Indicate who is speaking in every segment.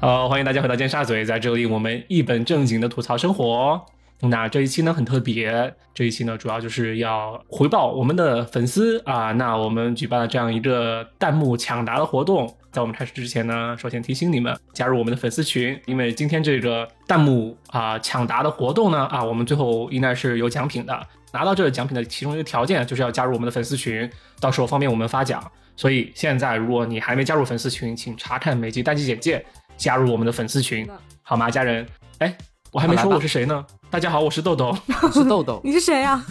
Speaker 1: 呃，欢迎大家回到尖沙咀，在这里我们一本正经的吐槽生活。那这一期呢很特别，这一期呢主要就是要回报我们的粉丝啊。那我们举办了这样一个弹幕抢答的活动，在我们开始之前呢，首先提醒你们加入我们的粉丝群，因为今天这个弹幕啊抢答的活动呢啊，我们最后应该是有奖品的。拿到这个奖品的其中一个条件就是要加入我们的粉丝群，到时候方便我们发奖。所以现在如果你还没加入粉丝群，请查看每集单集简介，加入我们的粉丝群，好吗，家人？哎，我还没
Speaker 2: 好
Speaker 1: 说
Speaker 2: 来吧
Speaker 1: 我是谁呢。大家好，我是豆豆。
Speaker 2: 我是豆 豆，
Speaker 3: 你是谁呀、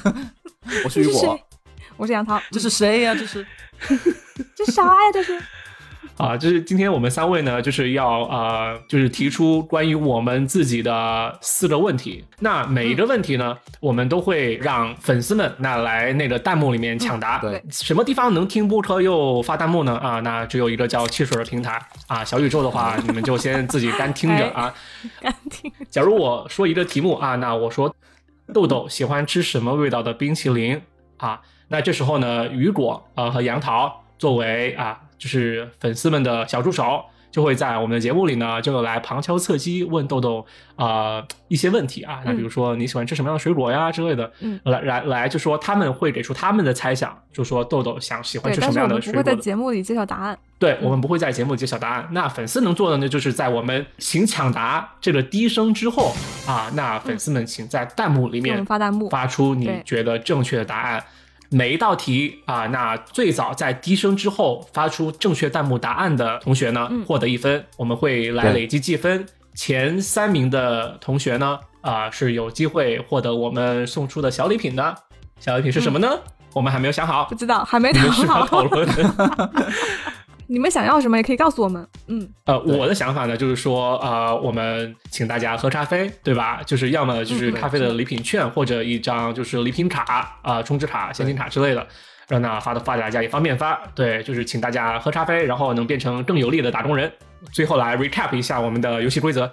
Speaker 2: 我是嗯
Speaker 3: 这
Speaker 2: 雨
Speaker 3: 是
Speaker 2: 果
Speaker 3: 谁，我是杨桃，
Speaker 2: 这是谁呀、这是
Speaker 3: 这啥呀？ 这是
Speaker 1: 啊，就是今天我们三位呢，就是要呃，就是提出关于我们自己的四个问题。那每一个问题呢，我们都会让粉丝们那来那个弹幕里面抢答。
Speaker 2: 啊对，
Speaker 1: 什么地方能听播客又发弹幕呢？啊，那只有一个叫汽水的平台啊。小宇宙的话，你们就先自己干听着啊。
Speaker 3: 干听
Speaker 1: 假如我说一个题目啊，那我说豆豆喜欢吃什么味道的冰淇淋啊？那这时候呢，雨果啊、呃和杨桃作为啊就是粉丝们的小助手，就会在我们的节目里呢就来旁敲侧击问豆豆啊、呃一些问题啊。那比如说你喜欢吃什么样的水果呀之类的，
Speaker 3: 嗯
Speaker 1: 来来来就说他们会给出他们的猜想，就说豆豆想喜欢
Speaker 3: 对，
Speaker 1: 吃
Speaker 3: 但
Speaker 1: 什么
Speaker 3: 是
Speaker 1: 样
Speaker 3: 我
Speaker 1: 的
Speaker 3: 们
Speaker 1: 水
Speaker 3: 不
Speaker 1: 果
Speaker 3: 会
Speaker 1: 的
Speaker 3: 在节目里揭晓答案。
Speaker 1: 对，我们不会在节目揭晓答案。那粉丝能做的呢，就是在我们请抢答这个低声之后啊，那粉丝们请在弹幕里
Speaker 3: 给我
Speaker 1: 面
Speaker 3: 们发弹幕，
Speaker 1: 发出你
Speaker 3: 对
Speaker 1: 觉得正确的答案。每一道题啊，那最早在低声之后发出正确弹幕答案的同学呢，
Speaker 3: 嗯
Speaker 1: 获得一分。我们会来
Speaker 2: 对
Speaker 1: 累计计分，前三名的同学呢，啊、是有机会获得我们送出的小礼品的。小礼品是什么呢？我们还没有想好
Speaker 3: 不，知道还 没
Speaker 1: 你
Speaker 3: 讨
Speaker 1: 们是否讨
Speaker 3: 嗯好，
Speaker 1: 论？
Speaker 3: 你们想要什么也可以告诉我们。嗯，
Speaker 1: 呃，
Speaker 2: 对
Speaker 1: 我的想法呢，就是说，呃，我们请大家喝咖啡，对吧？就是要么就是
Speaker 3: 嗯嗯
Speaker 1: 咖啡的礼品券，或者一张就是礼品卡啊、充值卡、现金卡之类的，让那发的发给大家也方便发。对，就是请大家喝咖啡，然后能变成更有力的打工人。最后来 recap 一下我们的游戏规则。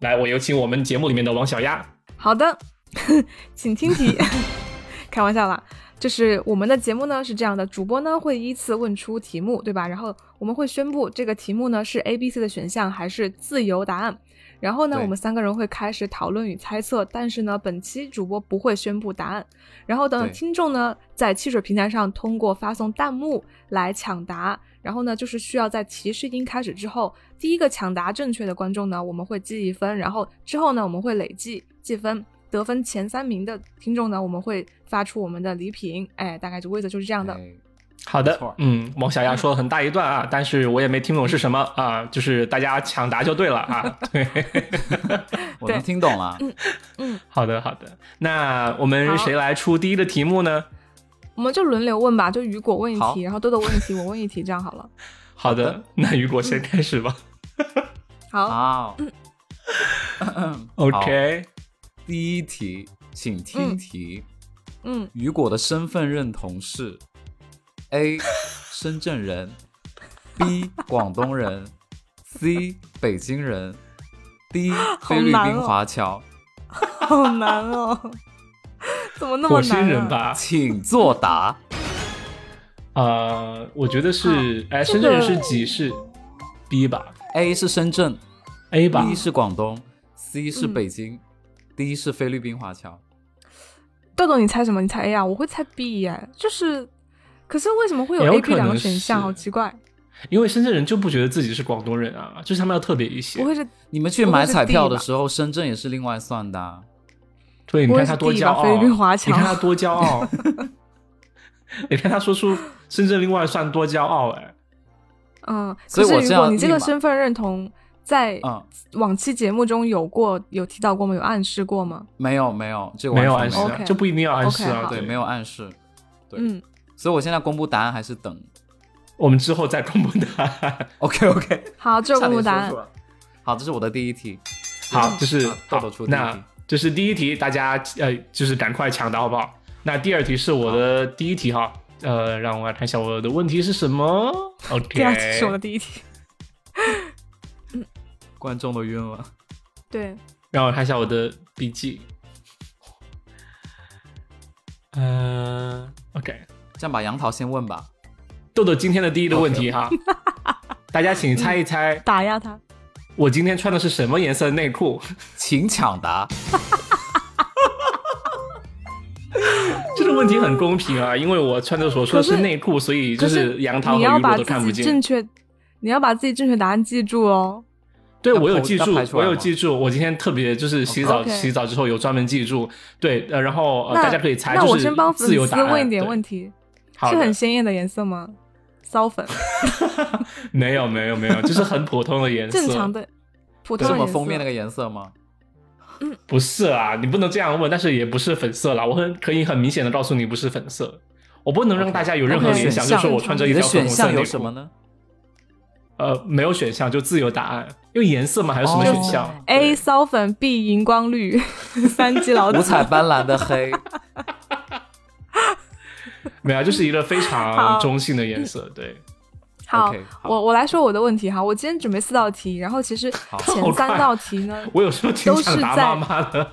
Speaker 1: 来，我有请我们节目里面的王小丫。
Speaker 3: 好的， 请听题。 开玩笑啦，就是我们的节目呢是这样的，主播呢会依次问出题目，对吧？然后我们会宣布这个题目呢是 A、B、C 的选项还是自由答案。然后呢，
Speaker 2: 对
Speaker 3: 我们三个人会开始讨论与猜测，但是呢，本期主播不会宣布答案。然后等
Speaker 2: 对
Speaker 3: 听众呢在汽水平台上通过发送弹幕来抢答。然后呢，就是需要在提示音开始之后，第一个抢答正确的观众呢，我们会记一分，然后之后呢，我们会累计计分，得分前三名的听众呢，我们会发出我们的礼品。哎，大概就规则就是这样的。
Speaker 2: 哎
Speaker 1: 好的
Speaker 2: 没错，
Speaker 1: 嗯，王小丫说了很大一段啊，但是我也没听懂是什么啊，就是大家抢答就对了啊。 对，
Speaker 2: 我能
Speaker 3: 对
Speaker 2: 听懂了。
Speaker 3: 嗯，
Speaker 1: 好的，好的。那我们
Speaker 3: 好
Speaker 1: 谁来出第一个题目呢？
Speaker 3: 我们就轮流问吧，就雨果问一
Speaker 2: 好
Speaker 3: 题，然后豆豆问一题，我问一题，这样好了。
Speaker 1: 好的，那雨果先开始吧。
Speaker 3: 好，
Speaker 2: 好
Speaker 1: OK，
Speaker 2: 第一题，请听题：
Speaker 3: 嗯，
Speaker 2: 雨果的身份认同是 A 深圳人，B 广东人，C 北京人，D 菲律
Speaker 3: 难
Speaker 2: 宾
Speaker 3: 哦
Speaker 2: 华侨。
Speaker 3: 好难哦， 怎么那么
Speaker 1: 火星
Speaker 3: 难、啊？
Speaker 1: 人吧？
Speaker 2: 请作答。
Speaker 1: 呃，我觉得是，哎，
Speaker 3: 这
Speaker 1: 深圳人
Speaker 3: 个
Speaker 1: 是几是 B 吧
Speaker 2: A 是深圳
Speaker 1: ？A 吧
Speaker 2: ，B 是广东，C 是
Speaker 3: 嗯
Speaker 2: 北京、d 是菲律宾华侨。
Speaker 3: 豆豆，你猜什么？你猜 A 啊？我会猜 B 耶、就是，可是为什么会有
Speaker 1: 也有
Speaker 3: A、
Speaker 1: 可
Speaker 3: B
Speaker 1: 能
Speaker 3: 两个选项？
Speaker 1: 是
Speaker 3: 好奇怪，
Speaker 1: 因为深圳人就不觉得自己是广东人啊，就是他们要特别一些
Speaker 3: 不。会是
Speaker 2: 你们去
Speaker 3: 不会
Speaker 2: 买
Speaker 3: 是
Speaker 2: 彩
Speaker 3: D
Speaker 2: 票的
Speaker 3: 吧
Speaker 2: 时候，深圳也是另外算的啊、
Speaker 1: 对，你
Speaker 3: 不会
Speaker 1: 看
Speaker 3: 是
Speaker 1: 他多
Speaker 3: D
Speaker 1: 骄
Speaker 3: 吧
Speaker 1: 傲，
Speaker 3: 菲律宾华侨
Speaker 1: 你看他多骄傲。 你看他说出深圳另外算多骄傲 哎，
Speaker 3: 嗯？
Speaker 2: 所以
Speaker 3: 可
Speaker 2: 我
Speaker 3: 是
Speaker 2: 这
Speaker 3: 如果
Speaker 2: 样
Speaker 3: 你这
Speaker 2: 立
Speaker 3: 个
Speaker 2: 马
Speaker 3: 身份认同在
Speaker 2: 嗯，
Speaker 3: 往期节目中有过、有提到过吗？有暗示过吗？
Speaker 2: 没有没有，这个
Speaker 1: 没有
Speaker 2: 完
Speaker 1: 暗示
Speaker 2: 全
Speaker 1: 啊，
Speaker 2: 没有
Speaker 3: OK
Speaker 1: 就不一定要暗示啊
Speaker 3: OK，好
Speaker 2: 对，没有暗示。对
Speaker 3: 嗯，
Speaker 2: 所以我现在公布答案还是等。
Speaker 1: 我们之后再公布答案。
Speaker 2: OK OK，
Speaker 3: 好， 这公布答案。
Speaker 2: 好，这是我的第一题。
Speaker 1: 好，这是
Speaker 2: 啊
Speaker 1: 好
Speaker 2: 豆豆出第一
Speaker 1: 那
Speaker 2: 题。
Speaker 1: 这是第一题，大家呃就是赶快抢答好不好？那第二题是我的第一题哈，呃，让我来看一下我的问题是什么。
Speaker 3: 第二题是我的
Speaker 1: OK，
Speaker 3: 第一题。
Speaker 2: 观众都晕了。
Speaker 3: 对，
Speaker 1: 让我看一下我的笔记。嗯、o k
Speaker 2: 这样吧，杨桃先问吧。
Speaker 1: 豆豆今天的第一个问题哈，大家请猜一猜
Speaker 3: 打压他。
Speaker 1: 我今天穿的是什么颜色的内裤？
Speaker 2: 请抢答。
Speaker 1: 这个问题很公平啊，因为我穿着所说的
Speaker 3: 可
Speaker 1: 是
Speaker 3: 是
Speaker 1: 内裤，所以就
Speaker 3: 可
Speaker 1: 是杨桃和
Speaker 3: 你
Speaker 1: 雨
Speaker 3: 要
Speaker 1: 露
Speaker 3: 把
Speaker 1: 都看不
Speaker 3: 自己
Speaker 1: 见
Speaker 3: 正。确，你要把自己正确答案记住哦。
Speaker 1: 对，
Speaker 2: 要
Speaker 1: 我有
Speaker 2: 剖
Speaker 1: 记
Speaker 2: 要
Speaker 1: 住
Speaker 2: 拍，出
Speaker 1: 我
Speaker 2: 来
Speaker 1: 有
Speaker 2: 吗
Speaker 1: 记住。我今天特别就是洗澡
Speaker 3: OK
Speaker 1: 洗澡之后有专门记住。对，呃，然后呃，
Speaker 3: 那
Speaker 1: 大家可以猜，
Speaker 3: 那
Speaker 1: 就
Speaker 3: 我
Speaker 1: 是
Speaker 3: 先帮粉
Speaker 1: 自由
Speaker 3: 丝
Speaker 1: 答案。
Speaker 3: 问一点
Speaker 1: 对
Speaker 3: 问题，
Speaker 1: 好
Speaker 3: 是
Speaker 1: 的
Speaker 3: 很鲜艳的颜色吗？骚粉，
Speaker 1: 没有没有没有，就是很普通的颜色。
Speaker 3: 正常的，普通
Speaker 2: 这
Speaker 3: 的
Speaker 2: 么
Speaker 3: 颜
Speaker 2: 封面
Speaker 3: 色。
Speaker 2: 那个颜色吗？
Speaker 1: 不是啊，你不能这样问，但是也不是粉色啦。我很可以很明显的告诉你，不是粉色。我不能让
Speaker 2: OK
Speaker 1: 大家有任何
Speaker 3: OK
Speaker 1: 联想，
Speaker 2: 选
Speaker 1: 就是
Speaker 2: 项
Speaker 1: 我穿着一
Speaker 2: 你的
Speaker 1: 条粉
Speaker 2: 选
Speaker 1: 红色
Speaker 2: 项
Speaker 1: 内裤。
Speaker 2: 有什 么呢？
Speaker 1: 呃，没有选项，就自由答案。因为颜色嘛，还有什么
Speaker 2: 哦
Speaker 1: 选项
Speaker 3: A 骚粉，B 荧光绿，三基老
Speaker 2: 五
Speaker 3: 子。
Speaker 2: 彩斑斓 的黑，
Speaker 1: 没有啊，就是一个非常
Speaker 3: 好
Speaker 1: 中性的颜色。对，
Speaker 3: 好
Speaker 2: OK，好
Speaker 3: 我我来说我的问题哈，我今天准备四道题，然后其实前
Speaker 1: 好
Speaker 3: 三
Speaker 1: 快
Speaker 3: 道题 呢，
Speaker 1: 我有时候挺
Speaker 3: 都
Speaker 1: 想
Speaker 3: 是
Speaker 1: 打
Speaker 3: 在
Speaker 1: 妈妈的。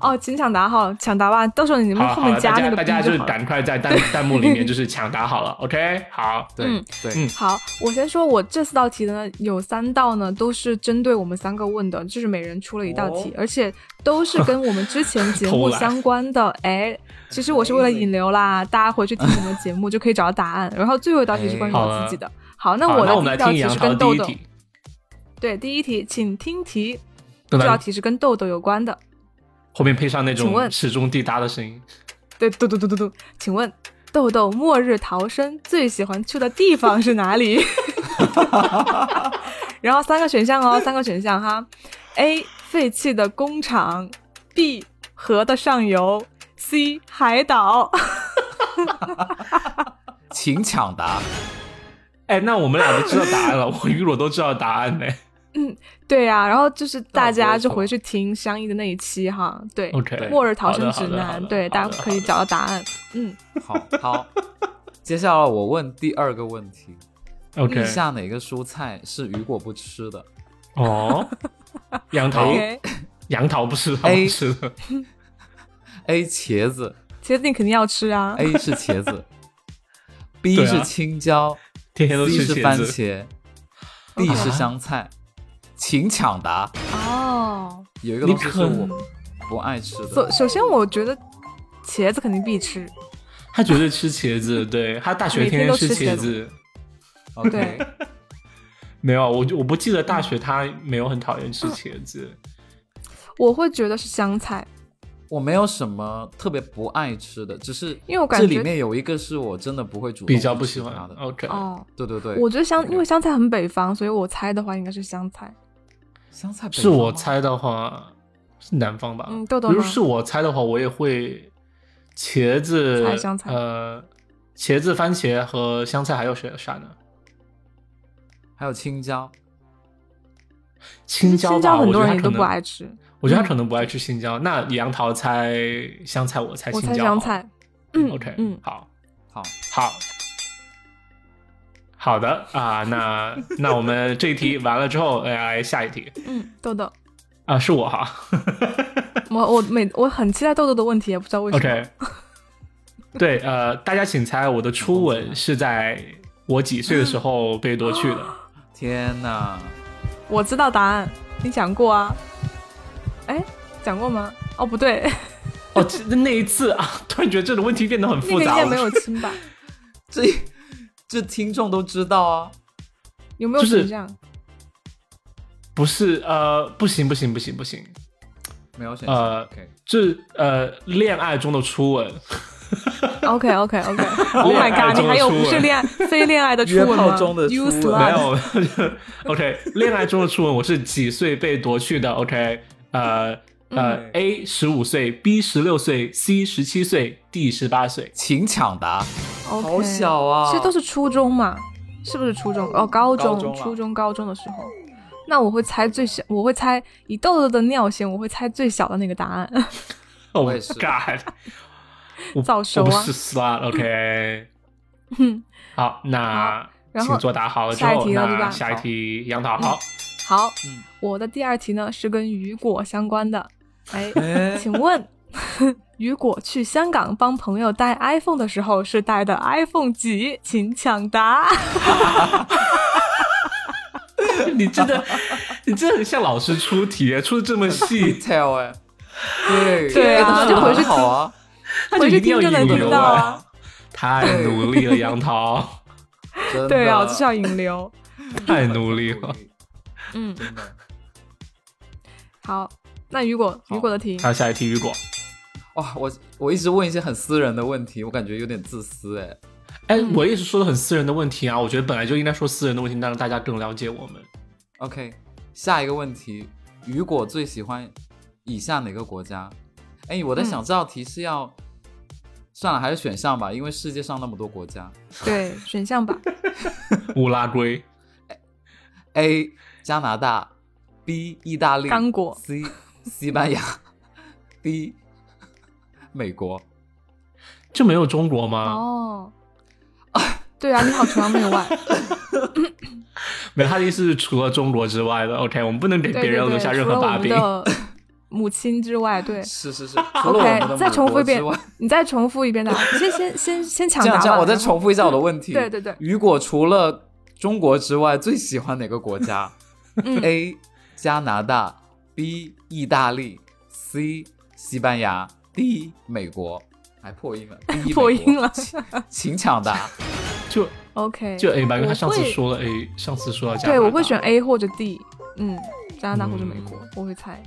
Speaker 3: 哦，请抢答哈，抢答吧，到时候你们
Speaker 1: 好
Speaker 3: 后
Speaker 1: 好
Speaker 3: 面
Speaker 1: 了，大
Speaker 3: 加那
Speaker 1: 家
Speaker 3: 个
Speaker 1: 大家
Speaker 3: B 就
Speaker 1: 就是
Speaker 3: 好了
Speaker 1: 赶快在弹弹幕里面就是抢答好了。OK，好，
Speaker 2: 对
Speaker 3: 嗯
Speaker 2: 对，
Speaker 1: 嗯
Speaker 3: 好，我先说，我这四道题呢，有三道呢都是针对我们三个问的，就是每人出了一道题，
Speaker 2: 哦
Speaker 3: 而且都是跟我们之前节
Speaker 1: 偷
Speaker 3: 目
Speaker 1: 懒
Speaker 3: 相关 的。哎，其实我是为了引流啦，大家回去听我们节目就可以找到答案。然后最后一道题是关于
Speaker 1: 哎
Speaker 3: 我自己的。好，那
Speaker 1: 好
Speaker 3: 我
Speaker 1: 那
Speaker 3: 的
Speaker 1: 我们
Speaker 3: 第
Speaker 1: 来
Speaker 3: 一道
Speaker 1: 听
Speaker 3: 题
Speaker 1: 杨
Speaker 3: 是
Speaker 1: 桃的
Speaker 3: 跟
Speaker 1: 第
Speaker 3: 豆
Speaker 1: 一
Speaker 3: 豆。
Speaker 1: 题。
Speaker 3: 对，第一题，请听题，
Speaker 1: 对
Speaker 3: 这道
Speaker 1: 吧？
Speaker 3: 题是跟豆豆有关的。
Speaker 1: 后面配上那
Speaker 3: 请
Speaker 1: 种
Speaker 3: 问
Speaker 1: 始终滴答的声音。
Speaker 3: 对，嘟嘟嘟嘟嘟，请问豆豆末日逃生最喜欢去的地方是 哪里？然后三个选项哦，三个选项哈，A 废弃的工厂，B 河的上游，C 海岛。
Speaker 2: 请抢答。
Speaker 1: 哎，那我们俩都知道答案了， 我与我都知道答案呢。
Speaker 3: 对呀、然后就是大
Speaker 2: 那我不
Speaker 3: 家
Speaker 2: 会
Speaker 3: 就
Speaker 2: 错
Speaker 3: 回去听相应的那一期哈，对
Speaker 1: OK，
Speaker 3: 末日逃生
Speaker 1: 好
Speaker 3: 指
Speaker 1: 的好的好
Speaker 3: 南
Speaker 1: 的》，
Speaker 3: 对，
Speaker 1: 好的
Speaker 3: 大家可
Speaker 1: 好
Speaker 3: 以
Speaker 1: 的
Speaker 3: 找到答案。嗯，
Speaker 2: 好好，接下来我问第二个问题：
Speaker 1: OK，
Speaker 2: 以下哪个蔬菜是雨果不吃的
Speaker 1: 哦，杨桃，
Speaker 3: OK，哎
Speaker 1: 杨桃不吃，他不
Speaker 2: A
Speaker 1: 吃的。
Speaker 2: ？A. 茄子
Speaker 3: 茄子你肯定要吃啊。
Speaker 1: 哎
Speaker 2: ，A 是茄子，B
Speaker 1: 对啊
Speaker 2: 是青椒
Speaker 1: 天天都
Speaker 2: ，C
Speaker 1: 吃
Speaker 2: 是番
Speaker 1: 茄子。
Speaker 2: 茄，D 是
Speaker 1: 啊
Speaker 2: 香菜。请抢答，
Speaker 3: 哦，
Speaker 2: 有一个
Speaker 1: 你
Speaker 2: 东西是
Speaker 1: 可
Speaker 2: 我不爱吃
Speaker 3: 首
Speaker 2: 的。
Speaker 3: 首先，我觉得茄子肯定必吃，
Speaker 1: 他绝对吃茄子，对他大学
Speaker 3: 每天
Speaker 1: 天天
Speaker 3: 都
Speaker 1: 吃
Speaker 3: 吃
Speaker 1: 茄
Speaker 3: 茄
Speaker 1: 子。
Speaker 2: OK，
Speaker 3: 对
Speaker 1: 没有，我就我不记得大学他没有很讨厌吃茄子。
Speaker 3: 哦我会觉得是香菜，
Speaker 2: 我没有什么特别不爱吃的，只是
Speaker 3: 因为我感
Speaker 2: 这
Speaker 3: 觉
Speaker 2: 里面有一个是我真的不会主动
Speaker 1: 比较
Speaker 2: 去
Speaker 1: 不
Speaker 2: 吃
Speaker 1: 喜欢
Speaker 2: 它的。
Speaker 1: OK，、
Speaker 3: 哦，
Speaker 2: 对对对，
Speaker 3: 我觉得香，
Speaker 2: 对
Speaker 3: 因为香菜很北方，所以我猜的话应该是香菜。
Speaker 2: 香菜北
Speaker 1: 是
Speaker 2: 方
Speaker 1: 我
Speaker 2: 吗
Speaker 1: 猜的话是南方吧？
Speaker 3: 嗯豆豆
Speaker 1: 比如
Speaker 3: 呢
Speaker 1: 是我猜的话，我也会茄子
Speaker 3: 猜香菜
Speaker 1: 呃，茄子、番茄和香菜，还有啥啥呢？
Speaker 2: 还有青椒，
Speaker 1: 青椒吧，
Speaker 3: 青椒
Speaker 1: 我
Speaker 3: 很
Speaker 1: 觉
Speaker 3: 多
Speaker 1: 得他
Speaker 3: 人也
Speaker 1: 可
Speaker 3: 都
Speaker 1: 能
Speaker 3: 不爱吃，
Speaker 1: 我觉得他
Speaker 3: 嗯
Speaker 1: 可能不爱吃青椒。那杨桃猜香菜，我猜
Speaker 3: 我
Speaker 1: 青椒。
Speaker 3: 猜香菜。嗯
Speaker 1: OK，
Speaker 3: 嗯
Speaker 1: 好，
Speaker 2: 好，
Speaker 1: 好，好的啊，那那我们这一题完了之后，呃来下一题
Speaker 3: 嗯，豆豆，
Speaker 1: 啊，是我哈。
Speaker 3: 我我每我很期待豆豆的问题，也不知道为什么。
Speaker 1: OK，对，呃，大家请猜我的初吻是在我几岁的时候
Speaker 3: 嗯
Speaker 1: 被夺去 的？
Speaker 2: 天哪，
Speaker 3: 我知道答案，你讲过啊？哎，讲过吗？哦，不对，
Speaker 1: 哦，这那一次 啊，突然觉得这个问题变得很
Speaker 3: 那
Speaker 1: 复
Speaker 3: 个应
Speaker 1: 杂
Speaker 3: 该
Speaker 1: 了。
Speaker 3: 没有亲吧？
Speaker 2: 这这听众都知道啊，
Speaker 3: 有没有
Speaker 1: 就是
Speaker 3: 选项？
Speaker 1: 不是，呃，不行，不行，不行，不行，
Speaker 2: 没有选项。
Speaker 1: 呃
Speaker 2: OK，
Speaker 1: 这呃，恋爱中的初 吻，
Speaker 3: OK OK OK Oh
Speaker 1: 恋
Speaker 3: my
Speaker 1: 爱
Speaker 3: god！
Speaker 1: 中
Speaker 3: 你
Speaker 1: 的
Speaker 3: 还有
Speaker 1: 初
Speaker 3: 不是
Speaker 1: 吻
Speaker 3: 恋爱非恋爱的初
Speaker 2: 约
Speaker 3: 吻
Speaker 2: 炮
Speaker 3: 吗
Speaker 2: 中的
Speaker 3: You
Speaker 2: 初吻
Speaker 3: slut
Speaker 1: 没 有，OK，恋爱中的初吻，我是几岁被夺去的？OK，呃。呃
Speaker 2: 嗯
Speaker 1: ，A 十五岁，B 十六岁，C 十七岁，D 十八岁。
Speaker 2: 请抢 答。
Speaker 3: OK，
Speaker 2: 好小啊
Speaker 3: 其实都是初中嘛，是不是初中？哦，高中、
Speaker 2: 高中啊
Speaker 3: 初中、高中的时候。那我会猜最小，我会猜以豆豆的尿性，我会猜最小的那个答案。
Speaker 1: Oh
Speaker 2: 我
Speaker 1: my
Speaker 2: 也是
Speaker 1: God！我
Speaker 3: 早熟啊
Speaker 1: 我不是 slut，OK、好，嗯那
Speaker 3: 然后
Speaker 1: 请作答好了之
Speaker 3: 下一
Speaker 1: 后，
Speaker 3: 题了对
Speaker 1: 那
Speaker 3: 吧
Speaker 1: 下一题杨 桃好，
Speaker 3: 好，
Speaker 2: 嗯
Speaker 3: 我的第二题呢是跟雨果相关的。 哎，
Speaker 2: 哎，
Speaker 3: 请问 雨果去香港帮朋友带 iPhone 的时候是带的 iPhone 几？请抢答。
Speaker 1: 你真 的，你真的很像老师出题，出的这么细，
Speaker 2: detail 哎，对
Speaker 3: 对啊
Speaker 2: 哎但是
Speaker 3: 就回去
Speaker 2: 很好啊，
Speaker 1: 他就
Speaker 3: 回去
Speaker 1: 一定要
Speaker 3: 听就
Speaker 1: 引
Speaker 3: 能听
Speaker 1: 流
Speaker 3: 到
Speaker 1: 啊！
Speaker 3: 啊。
Speaker 1: 太努力了，杨 桃，
Speaker 2: 真的
Speaker 3: 对啊，我就是要引流。
Speaker 1: 太努力 了。
Speaker 3: 嗯，
Speaker 2: 真的。
Speaker 3: 好，那雨果，
Speaker 2: 好
Speaker 3: 雨果的题，
Speaker 1: 好，下一题雨果。
Speaker 2: 哇，我我一直问一些很私人的问题，我感觉有点自私哎。
Speaker 1: 哎，
Speaker 3: 嗯
Speaker 1: 我也是说的很私人的问题啊，我觉得本来就应该说私人的问题，让大家更了解我 们。
Speaker 2: OK，下一个问题，雨果最喜欢以下哪个国家？哎，
Speaker 3: 嗯
Speaker 2: 我在想这道题是要、算了，还是选项吧，因为世界上那么多国家。
Speaker 3: 对选项吧。
Speaker 1: 乌拉圭，
Speaker 2: A. 加拿大，B. 意大利，
Speaker 3: 刚果
Speaker 2: ，C. 西班牙，D. 美国。
Speaker 1: 这没有中国吗？
Speaker 3: 哦， 对啊，你好崇洋媚 外。
Speaker 1: 没有，他的意思是除了中国之外的。OK，我们不能给
Speaker 3: 对
Speaker 1: 别
Speaker 3: 对
Speaker 1: 人留
Speaker 3: 对，
Speaker 1: 下
Speaker 3: 除
Speaker 1: 任
Speaker 3: 了
Speaker 1: 何
Speaker 3: 我
Speaker 1: 把
Speaker 3: 们
Speaker 1: 柄。
Speaker 3: 的 母亲之外，对。
Speaker 2: 是是是，除了我们的
Speaker 3: OK，再
Speaker 2: 母
Speaker 3: 重复
Speaker 2: 国
Speaker 3: 一遍
Speaker 2: 之外，
Speaker 3: 你再重复一遍答案，你先先先先抢
Speaker 2: 这样
Speaker 3: 答
Speaker 2: 这样，
Speaker 3: 吧。
Speaker 2: 我再
Speaker 3: 然后
Speaker 2: 重复一下我的问 题。
Speaker 3: 对对对
Speaker 2: 雨果除了中国之外，最喜欢哪个国家、
Speaker 3: 嗯
Speaker 2: a 加拿大，B. 意大利，C. 西班牙，D. 美国。还破音了 ，D
Speaker 3: 破
Speaker 2: 美国
Speaker 3: 音了
Speaker 2: 请请 抢答。
Speaker 1: 就
Speaker 3: OK，
Speaker 1: 就 A 吧，因为他
Speaker 3: 我
Speaker 1: 上次
Speaker 3: 会
Speaker 1: 说了 A，上次说了加拿
Speaker 3: 对，
Speaker 1: 大
Speaker 3: 我会选。A 或者 D，嗯，加拿大或者美国
Speaker 1: 嗯，
Speaker 3: 我会猜。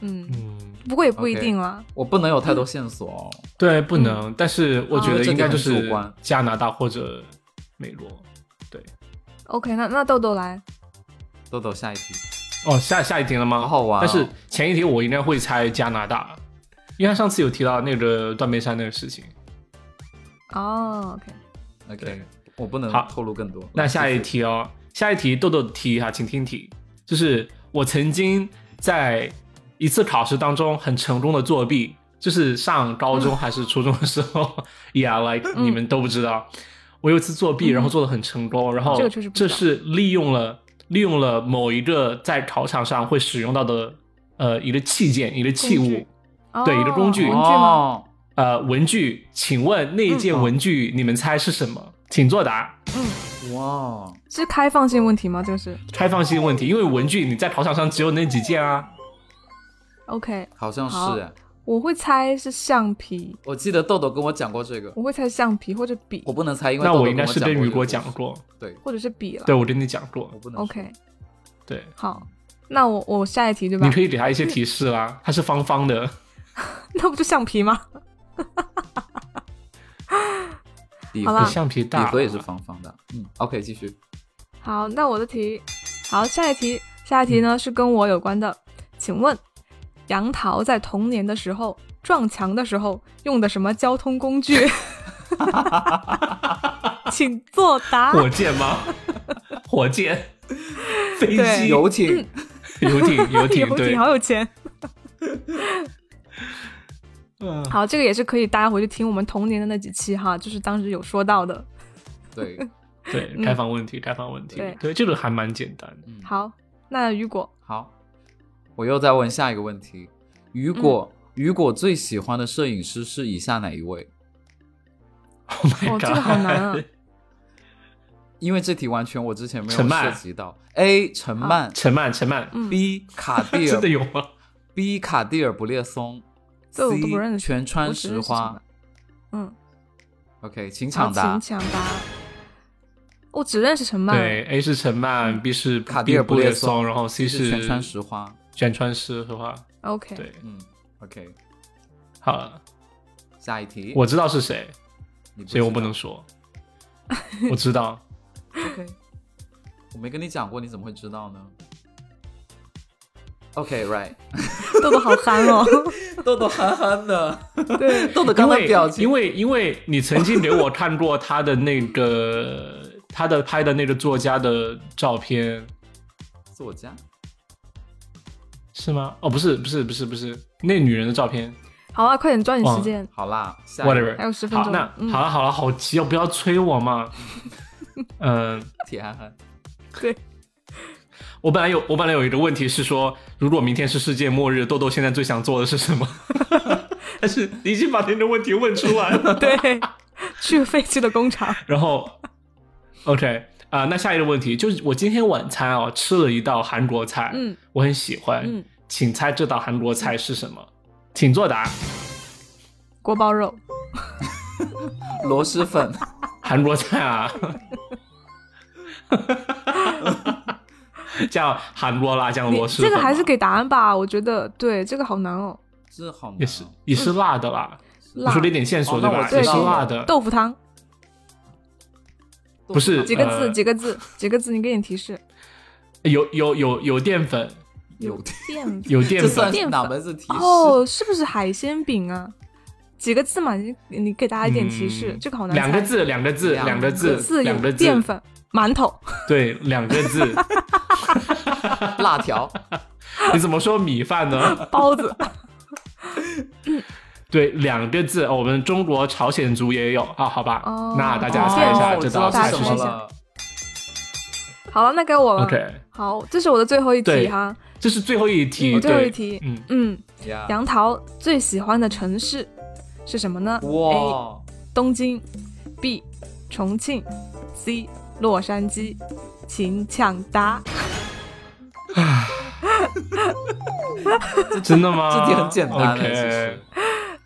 Speaker 3: 嗯，
Speaker 1: 嗯，
Speaker 3: 不过也不一
Speaker 2: OK
Speaker 3: 定啦。
Speaker 2: 我不能有太多线索哦。
Speaker 1: 对，不
Speaker 3: 嗯
Speaker 1: 能。但是我觉
Speaker 2: 啊
Speaker 1: 得应该就
Speaker 2: 这点
Speaker 1: 是
Speaker 2: 很主观
Speaker 1: 加拿大或者美国。对，
Speaker 3: OK，那那豆豆来，
Speaker 2: 豆豆，下一题。
Speaker 1: 哦，下下一题了吗？
Speaker 2: 好好玩哦
Speaker 1: 但是前一题我应该会猜加拿大，因为他上次有提到那个断背山那个事情。
Speaker 3: 哦，OK，
Speaker 2: OK，
Speaker 1: 对
Speaker 2: 我不能
Speaker 1: 好
Speaker 2: 透露更多。
Speaker 1: 那下一
Speaker 2: 继续，
Speaker 1: 题哦，下一题豆豆题哈、请听题，就是我曾经在一次考试当中很成功的作弊，就是上高中还是初中的时候、y e a h like、
Speaker 3: 嗯
Speaker 1: 你们都不知道，我有一次作弊，
Speaker 3: 嗯
Speaker 1: 然后做的很成功，然后
Speaker 3: 这个确实不知
Speaker 1: 这
Speaker 3: 道
Speaker 1: 是利用了利用了某一个在考场上会使用到的呃一个器件一个器
Speaker 3: 工
Speaker 1: 物
Speaker 3: 具，
Speaker 1: 对一个工具
Speaker 3: 哦文具吗？
Speaker 2: 哦，
Speaker 1: 呃文具，请问那一件文具、你们猜是什么？请作答。
Speaker 3: 嗯，
Speaker 2: 哇，
Speaker 3: 是开放性问题吗？这个是
Speaker 1: 开放性问题，因为文具你在考场上只有那几件啊。
Speaker 3: OK，
Speaker 2: 好像
Speaker 3: 好
Speaker 2: 是哎。
Speaker 3: 我会猜是橡皮，
Speaker 2: 我记得豆豆跟我讲过这个，
Speaker 3: 我会猜橡皮或者笔
Speaker 2: 我，不能猜，因为
Speaker 1: 那
Speaker 2: 豆豆
Speaker 1: 我
Speaker 2: 跟
Speaker 1: 应该是跟
Speaker 2: 过
Speaker 1: 雨
Speaker 2: 这个
Speaker 1: 果
Speaker 2: 故事
Speaker 1: 讲，过，
Speaker 2: 对，
Speaker 3: 或者是笔了。
Speaker 1: 对我跟你讲过
Speaker 2: 我，不能说。
Speaker 3: OK，
Speaker 1: 对，
Speaker 3: 好，那我我下一题对吧
Speaker 1: 你？可以给他一些提示啦。它是方方的，
Speaker 3: 那不就橡皮吗？
Speaker 2: 礼
Speaker 3: 好
Speaker 2: 盒
Speaker 3: 啦
Speaker 1: 比橡皮
Speaker 2: 礼
Speaker 1: 大，
Speaker 2: 盒也是方方的，嗯，OK，继续。
Speaker 3: 好，那我的题，好，下一题，下一题
Speaker 1: 嗯
Speaker 3: 呢是跟我有关的，请问杨桃在童年的时候撞墙的时候用的什么交通工具？ 请作答。
Speaker 1: 火箭吗？火箭、飞
Speaker 3: 对
Speaker 1: 机、
Speaker 2: 游艇，
Speaker 3: 嗯
Speaker 1: 游艇、游艇，
Speaker 3: 游
Speaker 1: 对
Speaker 3: 艇，好有钱。
Speaker 1: 嗯
Speaker 3: 好，这个也是可以大家回去听我们童年的那几期哈，就是当时有说到的。
Speaker 2: 对，
Speaker 1: 对，
Speaker 3: 嗯
Speaker 1: 开放问题，开放问题
Speaker 3: 对，
Speaker 1: 对，这个还蛮简单的。
Speaker 2: 嗯，
Speaker 3: 好，那雨果，
Speaker 2: 好，我又再问下一个问题，雨果，
Speaker 3: 嗯
Speaker 2: 雨果最喜欢的摄影师是以下哪一位？
Speaker 1: Oh my
Speaker 3: 哦
Speaker 1: god，
Speaker 3: 这个好难啊
Speaker 2: 因为这题完全我之前没有
Speaker 1: 陈曼
Speaker 2: 涉及到。A. 陈曼
Speaker 1: 陈曼，陈曼，
Speaker 3: 嗯，
Speaker 2: ，B. 卡 蒂
Speaker 1: 真的
Speaker 2: 尔
Speaker 1: 有吗？
Speaker 2: ，B. 卡蒂尔不列松
Speaker 3: 这我都不认
Speaker 2: ，C.
Speaker 3: 识
Speaker 2: 全川
Speaker 3: 我只
Speaker 2: 石
Speaker 3: 认识陈
Speaker 2: 花
Speaker 3: 曼。嗯，
Speaker 2: OK，请
Speaker 3: 好，
Speaker 2: 抢答
Speaker 1: 啊
Speaker 3: 请。抢答。我只认识陈曼，
Speaker 1: 对，A 是陈曼，B 是
Speaker 2: 卡蒂尔
Speaker 1: B
Speaker 2: 布
Speaker 1: 布列
Speaker 2: 列松
Speaker 1: 然后 C
Speaker 2: 是
Speaker 1: 是
Speaker 2: 全川石花。
Speaker 1: 卷川石和花，
Speaker 3: OK，
Speaker 1: 对，
Speaker 2: 嗯，OK，
Speaker 1: 好了。
Speaker 2: 下一题。
Speaker 1: 我知道是谁，
Speaker 2: 你
Speaker 1: 所以我
Speaker 2: 知
Speaker 1: 不能
Speaker 2: 道。
Speaker 1: 说。我知道，
Speaker 2: OK，我没跟你讲过，你怎么会知道呢？OK，right，、
Speaker 3: 豆豆好憨哦。
Speaker 2: 豆豆憨憨的，
Speaker 3: 对，
Speaker 2: 豆豆
Speaker 1: 因
Speaker 2: 刚才
Speaker 1: 为
Speaker 2: 表情
Speaker 1: 因为因为你曾经给我看过他的那个 他的拍的那个作家的照片，
Speaker 2: 作家
Speaker 1: 是吗？哦，不是不是不是不是，那女人的照片
Speaker 3: 好啊，快点抓紧时间，
Speaker 2: 好啦，下一个
Speaker 1: ，whatever。
Speaker 3: 还有10分钟
Speaker 1: 好，那
Speaker 3: 嗯
Speaker 1: 好了好了，好急哦，不要催我嘛。嗯，
Speaker 2: 铁憨憨，
Speaker 3: 对，
Speaker 1: 我本来有我本来有一个问题是说，如果明天是世界末日，豆豆现在最想做的是什么？但是你已经把你的问题问出来了。
Speaker 3: 对，去废弃的工厂。
Speaker 1: 然后，OK，啊、那下一个问题就是我今天晚餐哦吃了一道韩国菜，
Speaker 3: 嗯
Speaker 1: 我很喜欢，
Speaker 3: 嗯，
Speaker 1: 请猜这道韩国菜是什么？请作答。
Speaker 3: 锅包肉，
Speaker 2: 螺蛳粉，
Speaker 1: 韩国菜 啊，叫韩国辣酱
Speaker 3: 你
Speaker 1: 螺蛳粉
Speaker 3: 这
Speaker 1: 嘛。
Speaker 3: 个还是给答案吧，我觉得对这个好难哦。
Speaker 2: 这好难、哦。
Speaker 1: 也是也是辣的啦。
Speaker 3: 嗯
Speaker 1: 我
Speaker 3: 辣
Speaker 1: 说了一点线索
Speaker 2: 哦
Speaker 1: 对
Speaker 2: 那
Speaker 1: 吧
Speaker 2: 我？
Speaker 3: 知
Speaker 1: 也是
Speaker 3: 道
Speaker 1: 辣
Speaker 2: 了
Speaker 1: 的。
Speaker 3: 豆腐汤
Speaker 2: 豆
Speaker 1: 不是
Speaker 2: 腐
Speaker 3: 几个
Speaker 1: 呃
Speaker 3: 字？几个字？几个字？你给点提示。
Speaker 1: 有有有有淀粉，
Speaker 2: 有
Speaker 3: 淀粉
Speaker 1: 有淀
Speaker 2: 这算
Speaker 1: 粉，
Speaker 2: 是哪门子提示？
Speaker 3: 哦，是不是海鲜饼啊？几个字嘛？你你给大家一点提示，
Speaker 1: 嗯
Speaker 3: 这个好难猜。
Speaker 1: 两个字，两个字，
Speaker 2: 两
Speaker 1: 两个
Speaker 3: 各
Speaker 1: 字，
Speaker 3: 自
Speaker 1: 两
Speaker 3: 有
Speaker 1: 个
Speaker 3: 淀
Speaker 1: 字，
Speaker 3: 粉、馒头、
Speaker 1: 对，两个字。
Speaker 2: 辣条，
Speaker 1: 你怎么说米饭呢？
Speaker 3: 包子。
Speaker 1: 对，两个字，哦我们中国朝鲜族也有啊，好吧
Speaker 3: 哦，
Speaker 1: 那大家猜一下这
Speaker 2: 哦我知
Speaker 1: 道
Speaker 2: 道
Speaker 1: 菜是
Speaker 2: 是什
Speaker 1: 什
Speaker 2: 么
Speaker 1: 么。
Speaker 2: 了。
Speaker 3: 好了，那该我了。
Speaker 1: OK，
Speaker 3: 好，这是我的最后一题
Speaker 1: 对
Speaker 3: 哈。
Speaker 1: 这是最后一题，
Speaker 3: 嗯最后一
Speaker 1: 对，
Speaker 3: 题
Speaker 1: 嗯，
Speaker 3: 嗯，
Speaker 2: 呀
Speaker 3: 杨桃最喜欢的城市是什么呢？A.
Speaker 2: 哎哇，哦
Speaker 3: 东京，B. 重庆，C. 洛杉矶。请抢答。
Speaker 1: 真的吗？
Speaker 2: 这题很简单的，
Speaker 1: OK
Speaker 2: 其实。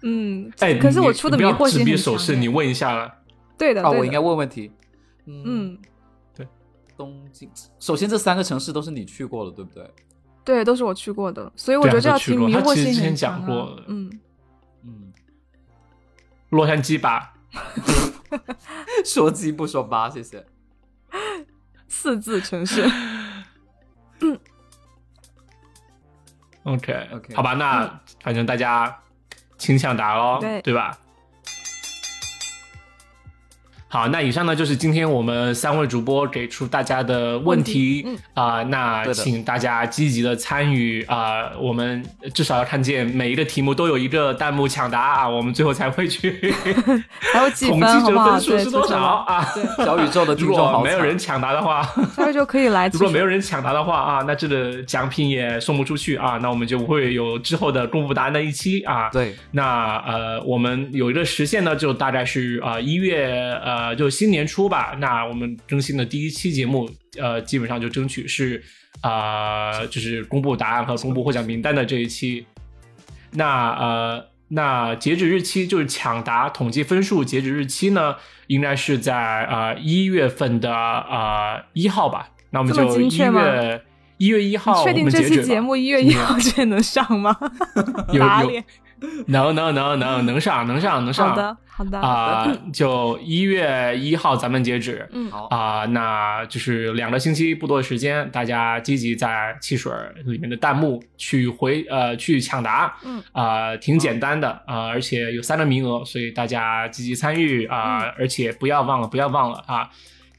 Speaker 3: 嗯，
Speaker 1: 哎，
Speaker 3: 可是
Speaker 1: 你
Speaker 3: 我出的
Speaker 1: 你不
Speaker 3: 迷
Speaker 1: 要
Speaker 3: 惑
Speaker 1: 直
Speaker 3: 性
Speaker 1: 逼
Speaker 3: 很
Speaker 1: 手
Speaker 3: 强哎
Speaker 1: 势，
Speaker 3: 的
Speaker 1: 你问一下，
Speaker 3: 对的，
Speaker 2: 啊，
Speaker 3: 对
Speaker 2: 我
Speaker 3: 的
Speaker 2: 应该问问题。嗯，
Speaker 3: 嗯，
Speaker 2: 东京。首先，这三个城市都是你去过了，对不对？
Speaker 3: 对，都是我去过的，所以我觉得这
Speaker 1: 对啊
Speaker 3: 道
Speaker 1: 都去
Speaker 3: 题
Speaker 1: 过
Speaker 3: 迷惑
Speaker 1: 他其实
Speaker 3: 性
Speaker 1: 之前
Speaker 3: 很强、啊。
Speaker 1: 讲过
Speaker 3: 嗯，
Speaker 2: 嗯，
Speaker 1: 洛杉矶吧。
Speaker 2: 说鸡不说八，谢谢。
Speaker 3: 四字 城市，
Speaker 1: OK
Speaker 2: OK
Speaker 1: 好吧，那反正大家请抢答喽，
Speaker 3: 嗯对
Speaker 1: 吧？好，那以上呢就是今天我们三位主播给出大家的问题
Speaker 3: 问题嗯
Speaker 1: 啊、那
Speaker 2: 对的
Speaker 1: 请大家积极的参与啊、我们至少要看见每一个题目都有一个弹幕抢答啊，我们最后才会去
Speaker 3: 还有 几
Speaker 1: 统计
Speaker 3: 分
Speaker 1: 这
Speaker 3: 好不好？
Speaker 1: 分数
Speaker 3: 对，
Speaker 1: 是多少啊？
Speaker 3: 对，
Speaker 2: 小宇宙的听
Speaker 1: 如
Speaker 2: 众好
Speaker 1: 果
Speaker 2: 惨
Speaker 1: 没有人抢答的话，
Speaker 3: 下回就可以来。
Speaker 1: 如果
Speaker 3: 其实
Speaker 1: 没有人抢答的话啊，那这个奖品也送不出去啊，那我们就不会有之后的公布答案的一期啊。
Speaker 2: 对，
Speaker 1: 那呃，我们有一个时限呢，就大概是呃一月呃，就新年初吧。那我们更新的第一期节目，呃，基本上就争取是呃，就是公布答案和公布获奖名单的这一期。那呃，那截止日期就是抢答统计分数截止日期呢，应该是在呃一月份的呃一号吧。那我们
Speaker 3: 这么
Speaker 1: 就
Speaker 3: 精
Speaker 1: 一
Speaker 3: 确吗
Speaker 1: 月一月一
Speaker 3: 你
Speaker 1: 号我
Speaker 3: 确定
Speaker 1: 们
Speaker 3: 这
Speaker 1: 截
Speaker 3: 期
Speaker 1: 止
Speaker 3: 节
Speaker 1: 吧
Speaker 3: 目一月
Speaker 1: 今
Speaker 3: 一
Speaker 1: 天
Speaker 3: 号之前能上吗？
Speaker 1: 有
Speaker 3: 打
Speaker 1: 有
Speaker 3: 脸。
Speaker 1: 能能能能能上能上能上。
Speaker 3: 好的，好的。
Speaker 1: 啊、就一月一号咱们截止。
Speaker 3: 嗯，
Speaker 2: 好，
Speaker 1: 啊、那就是两个星期不多的时间，大家积极在汽水里面的弹幕去回呃去抢答，
Speaker 3: 嗯
Speaker 1: 啊、挺简单的啊、而且有三个名额，所以大家积极参与啊、
Speaker 3: 嗯
Speaker 1: 而且不要忘了不要忘了啊，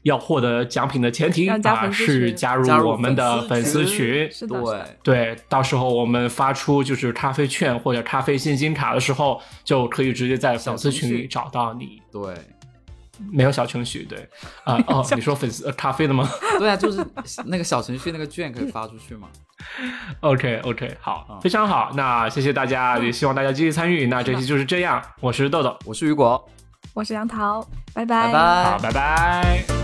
Speaker 1: 要获得奖品的前提
Speaker 3: 要
Speaker 1: 啊、
Speaker 3: 加粉丝
Speaker 1: 是
Speaker 3: 群
Speaker 1: 加入
Speaker 2: 加入
Speaker 1: 我们的粉
Speaker 2: 粉丝
Speaker 1: 丝
Speaker 2: 群
Speaker 1: 群，
Speaker 3: 是的，是的
Speaker 2: 对，
Speaker 1: 对，到时候我们发出就是咖啡券或者咖啡现金卡的时候，就可以直接在粉丝群里找到你。
Speaker 2: 对，
Speaker 1: 没有小程序， 对，啊、哦，你说粉丝、呃咖啡的吗
Speaker 2: 对啊，就是那个小程序那个券可以发出去嘛？
Speaker 1: ？OK OK，好
Speaker 2: 嗯，
Speaker 1: 非常好，那谢谢大家，也希望大家积极参与。那这期就是这样，我是豆豆，
Speaker 2: 我是雨果，
Speaker 3: 我是杨桃，
Speaker 2: 拜
Speaker 1: 好，拜拜。